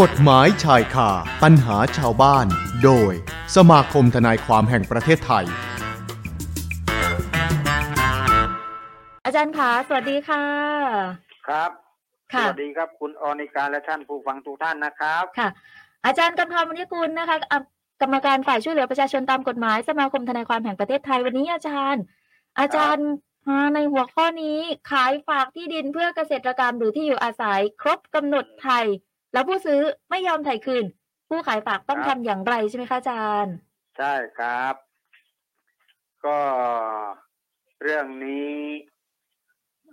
กฎหมายชายคาปัญหาชาวบ้าน โดย สมาคมทนายความแห่งประเทศไทย อาจารย์คะ สวัสดีค่ะ ครับ ส ค่ะ วัสดีครับคุณออนิการและท่านผู้ฟังทุกท่านนะครับ ค่ะ อาจารย์กำธรมนิกุลนะคะอ่ะกรรมการฝ่ายช่วยเหลือประชาชนตามกฎหมายสมาคมทนายความแห่งประเทศไทยวันนี้อาจารย์ อาจารย์มาในหัวข้อนี้ขายฝากที่ดินเพื่อเกษตรกรรมหรือที่อยู่อาศัย ครบกำหนดไทย แล้วผู้ซื้อไม่ยอมไถ่คืน ผู้ขายฝากต้อง ครั ทำ บ อย่างไรใช่ไหมคะอาจารย์ ใช่ครับ ก็เรื่องนี้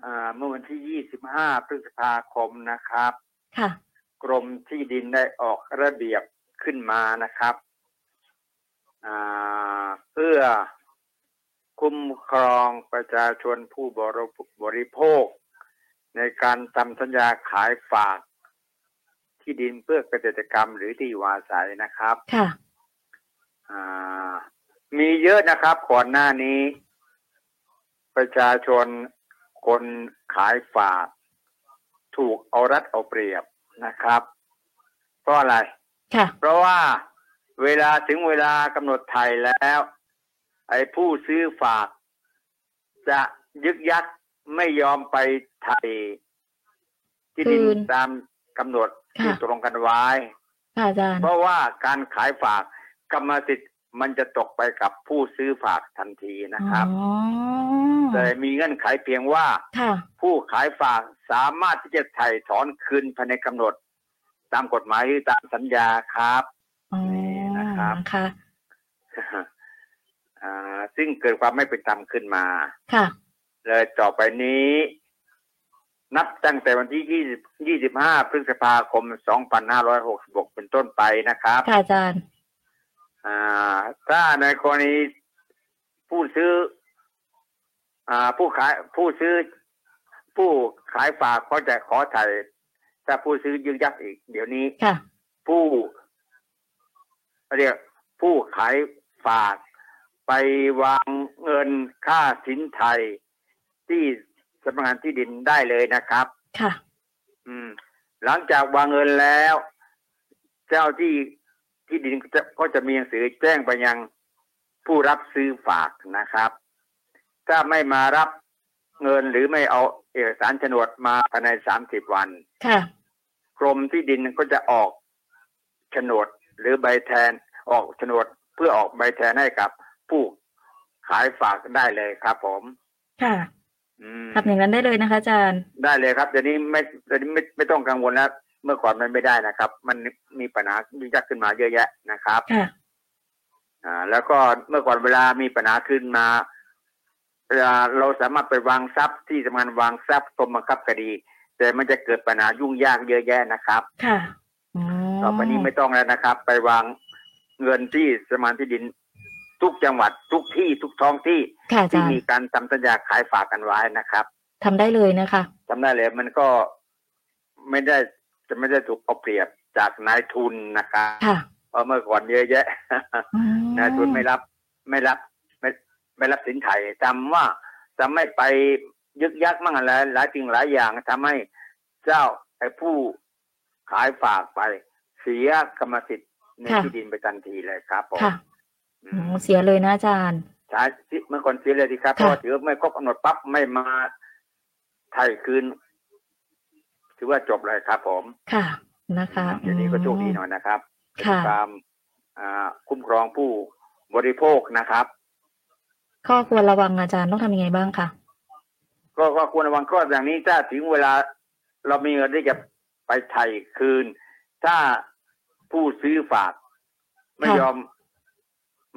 อ่าเมื่อวันที่ 25 พฤษภาคมนะครับ ค่ะ กรมที่ดินได้ออกระเบียบขึ้นมานะครับอ่าเพื่อคุ้มครองประชาชนผู้บริบริโภค ในการทำสัญญาขายฝาก ที่ดินเพื่อเกษตรกรรมหรือที่อยู่อาศัยนะครับ ค่ะ อ่ามีเยอะนะครับก่อนหน้านี้ ประชาชนคนขายฝาก ถูกเอารัดเอาเปรียบนะครับ เพราะอะไร ค่ะ เพราะว่าเวลาถึงเวลากำหนดไทยแล้ว ไอ้ผู้ซื้อฝาก จะยึกยักไม่ยอมไปไทย ที่ดิน คืน ตามกำหนดที่ ค่ะ ตรงกันไว้ ค่ะอาจารย์ เพราะว่าการขายฝากกรรมสิทธิ์มันจะตกไปกับผู้ซื้อฝากทันทีนะครับ อ๋อ แต่มีเงื่อนไขเพียงว่า ค่ะ ผู้ขายฝากสามารถที่จะไถ่ถอนคืนภายในกำหนด ตามกฎหมายหรือตามสัญญาครับ อ๋อ นี่นะครับ ค่ะ อ่าซึ่งเกิดความไม่เป็นธรรมขึ้นมา ค่ะ เลยต่อไปนี้ นับตั้งแต่วันที่ 20 25 พฤษภาคม 2566 เป็นต้นไปนะครับ ค่ะอาจารย์ อ่าถ้าในกรณีผู้ซื้ออ่าผู้ขายผู้ซื้อ ผู้ขายฝากเขาจะขอถ่ายถ้าผู้ซื้อยึกยักอีก เดี๋ยวนี้ ค่ะ ผู้เรียกผู้ขายฝากไปวางเงินค่าสินไทย ที่สำนักงานที่ดินได้เลยนะครับ ค่ะ อืม หลังจากวางเงินแล้ว เจ้าที่ที่ดินก็จะก็จะมีหนังสือแจ้งไปยังผู้รับซื้อฝากนะครับ ถ้าไม่มารับเงินหรือไม่เอาเอกสารโฉนดมาภายในสามสิบวัน ค่ะ กรมที่ดินก็จะออกโฉนดหรือใบแทนออกโฉนดเพื่อออกใบแทนให้กับผู้ขายฝากได้เลยครับ ผม ค่ะ อืม ทำอย่างนั้นได้เลยนะคะอาจารย์ ได้เลยครับเดี๋ยวนี้ไม่เดี๋ยวนี้ไม่ไม่ต้องกังวลแล้วเมื่อก่อนมันไม่ได้นะครับ มันมีปัญหายุ่งยากขึ้นมาเยอะแยะนะครับ ค่ะ อ่า แล้วก็เมื่อก่อนเวลามีปัญหาขึ้นมาเวลาเราสามารถไปวางทรัพย์ที่สำนักงานวางทรัพย์กรมบังคับคดี แต่มันจะเกิดปัญหายุ่งยากเยอะแยะนะครับ ค่ะอ๋อ ต่อไปนี้ไม่ต้องแล้วนะครับ ไปวางเงินที่สมานที่ดิน ทุกจังหวัดทุกที่ทุกท้องที่ ค่ะอาจารที่ย์ มีการทำสัญญาขายฝากกันไว้นะครับ ทำได้เลยนะคะ จำได้เลยมันก็ไม่ได้จะไม่ได้ถูกเอาเปรียบจากนายทุนนะครับ ค่ะ เพราะเมื่อก่อนเยอะแย ะ อ๋อน ายทุนไม่รับไม่รับ ไม่ไม่รับสินไถ่จำว่าจะไม่ไปยึกยักมั่งอะไรหลายสิ่งหลายอย่างทำให้เจ้าไอ้ผู้ขายฝากไป เสียกรรมสิทธิ์ในที่ดินไปทันทีเลยครับผม ค่ะ อื อ๋อ ม เสียเลยนะอาจารย์ ใช้สิเมื่อก่อนเสียเลยดีครับ ค่ะ เพราะว่าถือว่าไม่ครบกำหนดปั๊บไม่มาไถ่คืนถือว่าจบเลยครับ ผม ค่ะ นะคะ เดี๋ยวนี้ก็โชคดีหน่อยนะครับ ค่ะ ตามอ่าคุ้มครองผู้บริโภคนะครับ ข้อควรระวังอาจารย์ต้องทำยังไงบ้างคะ ก็ก็ควรระวังข้ออย่างนี้ถ้าถึงเวลาเรามีเงินที่จะไปไถ่คืน ถ้าผู้ซื้อฝาก ไม่ยอม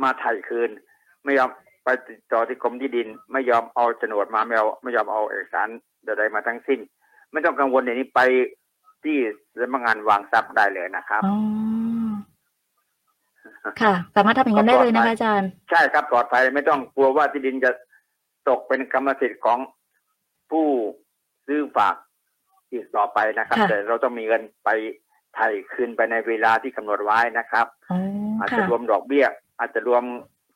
มาไถ่คืน ไม่ยอมไปติดต่อที่กรมที่ดิน ไม่ยอมเอาโฉนดมาไม่เอาไม่ยอมเอาเอกสารใดๆมาทั้งสิ้น ไม่ต้องกังวลอย่างนี้ไปที่สำนักงานวางทรัพย์ได้เลยนะครับ อ๋อค่ะ สามารถทำอย่างนั้นได้เลยนะคะอาจารย์ ใช่ครับปลอดภัยไม่ต้องกลัวว่าที่ดินจะตกเป็นกรรมสิทธิ์ของผู้ซื้อฝากอีกต่อไปนะครับ ค่ะ แต่เราต้องมีเงินไปไถ่คืนไปในเวลาที่กำหนดไว้นะครับ อ๋อ อาจจะ ค่ะ รวมดอกเบี้ย อาจจะรวม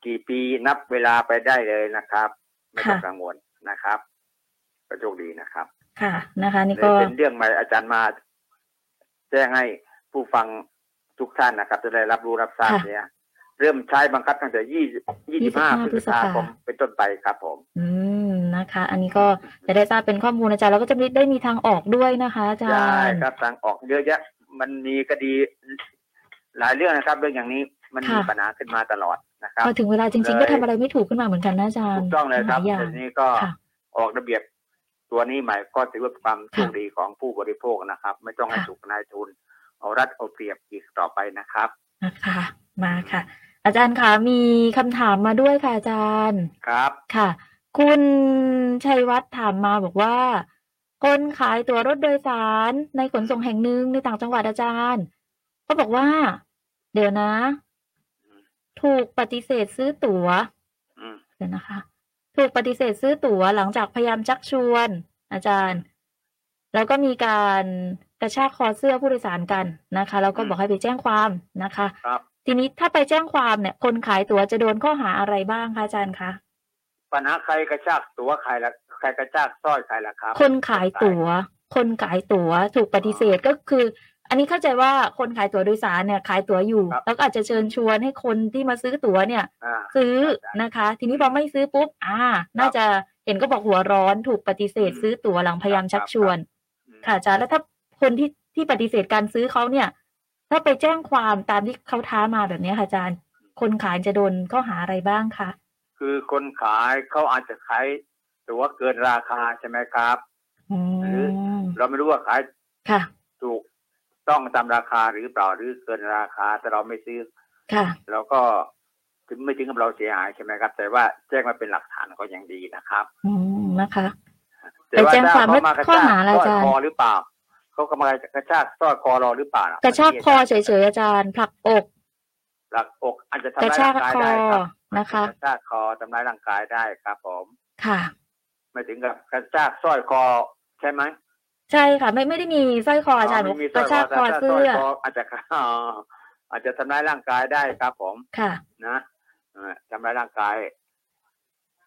กี่ปีนับเวลาไปได้เลยนะครับ ไม่ต้อง ค่ะ กังวลนะครับก็โชคดีนะครับ ค่ะ นะคะ นี่ เลย ก็ เป็นเรื่องใหม่อาจารย์มา แจ้งให้ผู้ ผู้ฟังทุกท่านนะครับ จะได้รับรู้รับทราบ ค่ะ เนี่ย เริ่มใช้บังคับตั้งแต่ยี่ยี่สิบห้า 25 พฤษภาคม พฤษภา เป็นต้นไปครับผม อืมนะคะ อันนี้ก็จะได้ทราบเป็นข้อมูลอาจารย์แล้วก็จะได้มีทางออกด้วยนะคะอาจาร ใช่ ย์ ครับทางออกเยอะแยะ มันมีคดีหลายเรื่องนะครับ เรื่องอย่างนี้มันมี ค่ะ ปัญหาขึ้นมาตลอดนะครับ พอถึงเวลาจริงๆ เลย ก็ทำอะไรไม่ถูกขึ้นมาเหมือนกันนะอาจารย์ ถูกต้องเลยครับ หาอา ที ง นี้ก็ ค่ะ ออกระเบียบตัวนี้ใหม่ก็ถือว่าเป็นความ ค่ะ โชคดีของผู้บริโภคนะครับ ไม่ต้องให้ ค่ะ ถูกนายทุนเอารัดเอาเปรียบอีกต่อไปนะครับ นะคะมาค่ะ อาจารย์คะมีคำถามมาด้วยค่ะอาจารย์ ครับ ค่ะ คุณชัยวัฒน์ถามมาบอกว่า คนขายตั๋วรถโดยสารในขนส่งแห่งหนึ่งในต่างจังหวัดอาจารย์ก็บอกว่า เดี๋ยวนะ ถูกปฏิเสธซื้อตั๋ว อืม เดี๋ยวนะคะ ถูกปฏิเสธซื้อตั๋วหลังจากพยายามชักชวน อาจารย์ แล้วก็มีการกระชากคอเสื้อผู้โดยสารกันนะคะ แล้วก็ อืม บอกให้ไปแจ้งความนะคะ ครับ ทีนี้ถ้าไปแจ้งความเนี่ย คนขายตั๋วจะโดนข้อหาอะไรบ้างคะอาจารย์คะ ปัญหาใครกระชากตัวใครละใครกระชากสร้อยใครละครับ คนขายตั๋ว คนขายตั๋ว ถูกปฏิเสธก็คือ อันนี้เข้าใจว่าคนขายตั๋วโดยสารเนี่ยขายตั๋วอยู่ ครับ แล้วก็อาจจะเชิญชวนให้คนที่มาซื้อตั๋วเนี่ย อ่า ซื้อ ใช่ นะคะ ทีนี้พอไม่ซื้อปุ๊บอ่า น่าจะเห็นก็บอกหัวร้อนถูกปฏิเสธ อืม ซื้อตั๋วหลังพยายามชักชวน อืม ค่ะอาจารย์แล้วถ้าคนที่ที่ปฏิเสธการซื้อเขาเนี่ย ถ้าไปแจ้งความตามที่เขาท้ามาแบบเนี้ยค่ะอาจารย์ คนขายจะโดนข้อหาอะไรบ้างคะ คือคนขายเขาอาจจะขายตัวเกินราคาใช่ไหมครับ อืม เราไม่รู้ว่าขาย ค่ะ ถูกต้องตามราคาหรือเปล่าหรือเกินราคาแต่เราไม่ซื้อ ค่ะ เราก็ถึงไม่ถึงกับเราเสียหายใช่ไหมครับ แต่ว่าแจ้งมาเป็นหลักฐานก็ยังดีนะครับ อืมนะคะ แต่ ไปแจ้งความ ถ้เข ข้อหาอะไร สร้ออายจารย์ คอหรือเปล่าเขากำลังจะกระชากสร้อยคอเราหรือเปล่าน กระชากคอเฉยๆอาจารย์ผลักอก หลักอกอาจจะ ก ทำ ระ ร้าย ชา ร่าก งกาคอยได้ครับ นะคะ กระชากคอทำร้ายร่างกายได้ครับ ผม ค่ะ ไม่ถึงกับกระชากสร้อยคอใช่ไหม ใช่ค่ะ ไม่ไม่ได้มีสร้อยคออาจารย์ ไม่มีส กระร้อยค ชา อก คอ แต่ถ้าส เสื้ ร้อย อ คออาจจะ อ๋ออาจจะทำร้ายร่างกายได้ครับ ผม ค่ะ นะเอ่อทำร้ายร่างกาย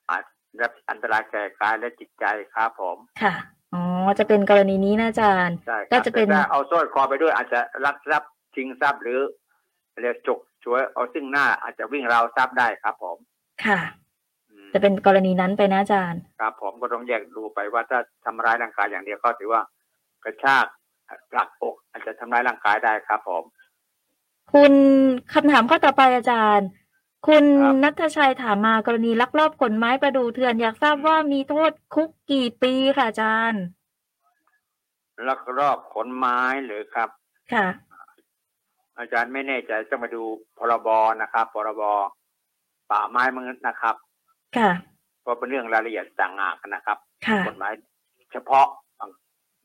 อาจรับอันตรายแก่กายและจิตใจครับผม ค่ะ อ๋อ จะเป็นกรณีนี้นะอาจารย์ ใช่ครับ ก็จะเป็น แต่ถ้าเอาสร้อยคอไปด้วยอาจจะลักทรัพย์ชิงทรัพย์หรือเรียกจกช่วยเอาซึ่งหน้าอาจจะวิ่งราวทรัพย์ได้ครับ ผม ค่ะ อืม จะเป็นกรณีนั้นไปนะอาจารย์ ครับ ผมก็ต้องแยกดูไปว่าถ้าทำร้ายร่างกายอย่างเดียวก็ถือว่ากระชากหลักอก อาจจะทำร้ายร่างกายได้ครับ ผม คุณคำถามข้อต่อไปอาจารย์ คุณ ครับ นัทชัยถามมากรณีลักลอบขนไม้ประดูเถื่อนอยากทราบว่ามีโทษคุกกี่ปีค่ะอาจารย์ ลักรอบขนไม้หรือครับ ค่ะ อาจารย์ไม่แน่ใจต้องมาดูพรบนะครับพรบป่าไม้มันนะครับ ค่ะ เพราะเป็นเรื่องรายละเอียดต่างหากนะครับ ค่ะ กฎหมายเฉพาะ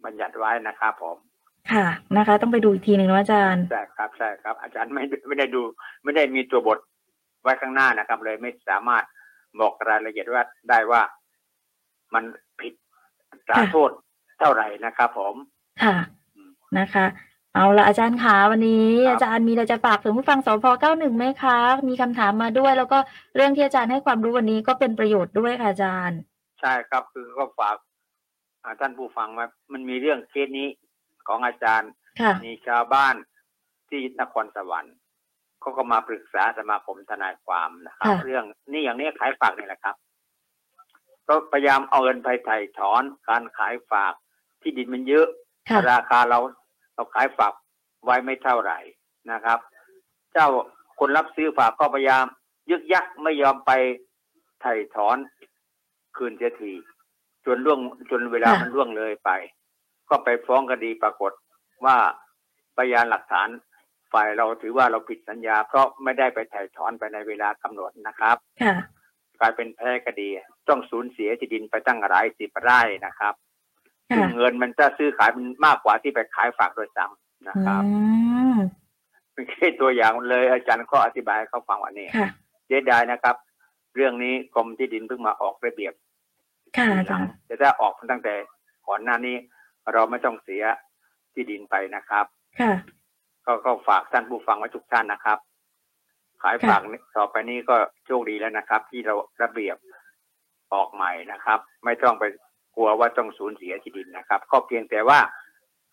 บัญญัติไว้นะครับผม ค่ะ นะคะ ต้องไปดูอีกทีหนึ่งนะอาจารย์ ใช่ครับใช่ครับ อาจารย์ไม่ไม่ได้ดู ไม่ได้มีตัวบทไว้ข้างหน้านะครับ เลยไม่สามารถบอกรายละเอียดว่าได้ว่ามันผิดอัตรา ค่ะ โทษเท่าไหร่นะครับผม ค่ะ อืม นะคะ เอาละอาจารย์คะวันนี้ ครับ อาจารย์มีอะไรจะฝากถึงผู้ฟังสพ91ไหมคะ มีคำถามมาด้วย แล้วก็เรื่องที่อาจารย์ให้ความรู้วันนี้ก็เป็นประโยชน์ด้วยค่ะอาจารย์ ใช่ครับคือก็ฝากอ่าท่านผู้ฟังไว่ามันมีเรื่องเคสนี้ของอาจารย์ ค่ะ มีชาวบ้านที่นครสวรรค์เขาก็มาปรึกษาสมาคมทนายความนะครับ ค่ะ เรื่องนี่อย่างนี้ขายฝากนี่แหละครับก็พยายามเอาเงินไปไถ่ถอนการขายฝากที่ดินมันเยอะ ค่ะ ราคาเราเราขายฝากไว้ไม่เท่าไหร่นะครับ เจ้าคนรับซื้อฝากก็พยายาม ยึกยักไม่ยอมไปไถ่ถอนคืนเสียทีจนล่วงจนเวลา ค่ะ มันล่วงเลยไป ก็ไปฟ้องคดีปรากฏว่าพยานหลักฐานฝ่ายเราถือว่าเราผิดสัญญา เพราะไม่ได้ไปไถ่ถอนไปในเวลากำหนดนะครับ ค่ะ กลายเป็นแพ้คดีต้องสูญเสียที่ดินไปตั้งหลายสิบไร่นะครับ ซึ่ ค่ะ งเงินมันจะซื้อขายมันมากกว่าที่ไปขายฝากโดยซ้ำนะ อื ครับ ม เป็นแค่ตัวอย่างเลยอาจารย์ก็อธิบายให้เขาฟังว่านี่ ค่ะ เสียดายนะครับ เรื่องนี้กรมที่ดินเพิ่งมาออกระเบียบ ค่ะอา หลั จารย์ จะได้ออกมาตั้งแต่ก่อนหน้านี้ เราไม่ต้องเสียที่ดินไปนะครับ ค่ะ ก็ก็ฝากท่านผู้ฟังไว้ทุกท่านนะครับ ขายฝากนี้ต่อไปนี้ก็โชคดีแล้วนะครับ ที่เราระเบียบออกใหม่นะครับ ไม่ต้องไปกลัวว่าต้องสูญเสียที่ดินนะครับ ก็เพียงแต่ว่า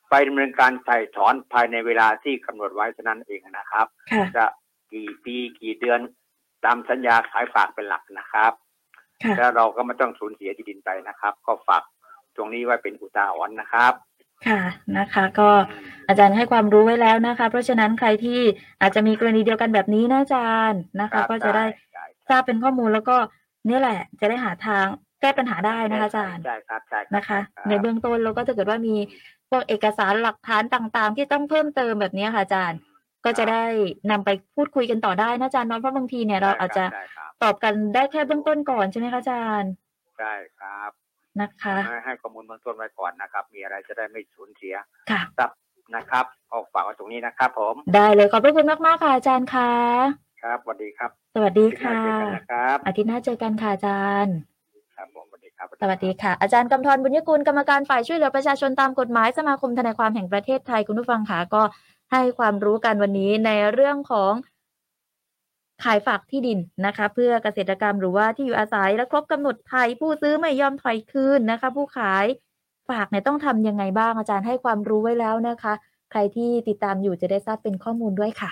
ไป ไปดำเนินการไถ่ถอนภายในเวลาที่กำหนดไว้เท่านั้นเองนะครับ ค่ะ จะกี่ปีกี่เดือนตามสัญญาขายฝากเป็นหลักนะครับ ค่ะ แล้วเราก็ไม่ต้องสูญเสียที่ดินไปนะครับ ก็ฝากตรงนี้ไว้เป็นอุทาหรณ์นะครับ ค่ะนะคะ ก็อาจารย์ให้ความรู้ไว้แล้วนะคะ เพราะฉะนั้นใครที่อาจจะมีกรณีเดียวกันแบบนี้นะอาจารย์นะ ครั คะ บ ก็จะได้ ด้ ทราบเป็นข้อมูลแล้วก็นี่แหละ จะได้หาทางแก้ปัญหาได้นะคะอาจารย์ ใช่ครับใช่รับ นะคะ รับ ในเบื้องต้นแล้วก็ถ้าเกิดว่ามีพวกเอกสารหลักฐานต่างๆ ที่ต้องเพิ่มเติมแบบนี้ค่ะอาจารย์ ก็จะได้นำไปพูดคุยกันต่อได้นะอาจารย์เนาะเพราะบางทีเนี่ยเราอาจจะ ใช่ครับ ตอบกันได้แค่เบื้องต้นก่อนใช่ไหมคะอาจารย์ ใช่ครับ นะคะ ให้ให้ข้อมูลเบื้องต้นไว้ก่อนนะครับ มีอะไรจะได้ไม่สูญเสีย ค่ะ ทรัพย์นะครับเอาฝากไว้ตรงนี้นะครับ ผม ได้เลยขอบพระคุณมากๆค่ะอาจารย์ค่ะ ครับสวัสดีครับ สวัสดี ที่ ค่ะ มาเจอกันนะครับ อาทิตย์หน้าเจอกันค่ะอาจารย์ ครับผมสวัสดีครับ สวัสดีค่ะ อาจารย์กำธรบุญยกุลกรรมการฝ่ายช่วยเหลือประชาชนตามกฎหมายสมาคมทนายความแห่งประเทศไทยคุณผู้ฟังค่ะก็ให้ความรู้กันวันนี้ในเรื่องของขายฝากที่ดินนะคะ เพื่อเกษตรกรรมหรือว่าที่อยู่อาศัยและครบกำหนดไทยผู้ซื้อไม่ยอมถอยคืนนะคะ ผู้ขายฝากเนี่ยต้องทำยังไงบ้างอาจารย์ให้ความรู้ไว้แล้วนะคะ ใครที่ติดตามอยู่จะได้ทราบเป็นข้อมูลด้วยค่ะ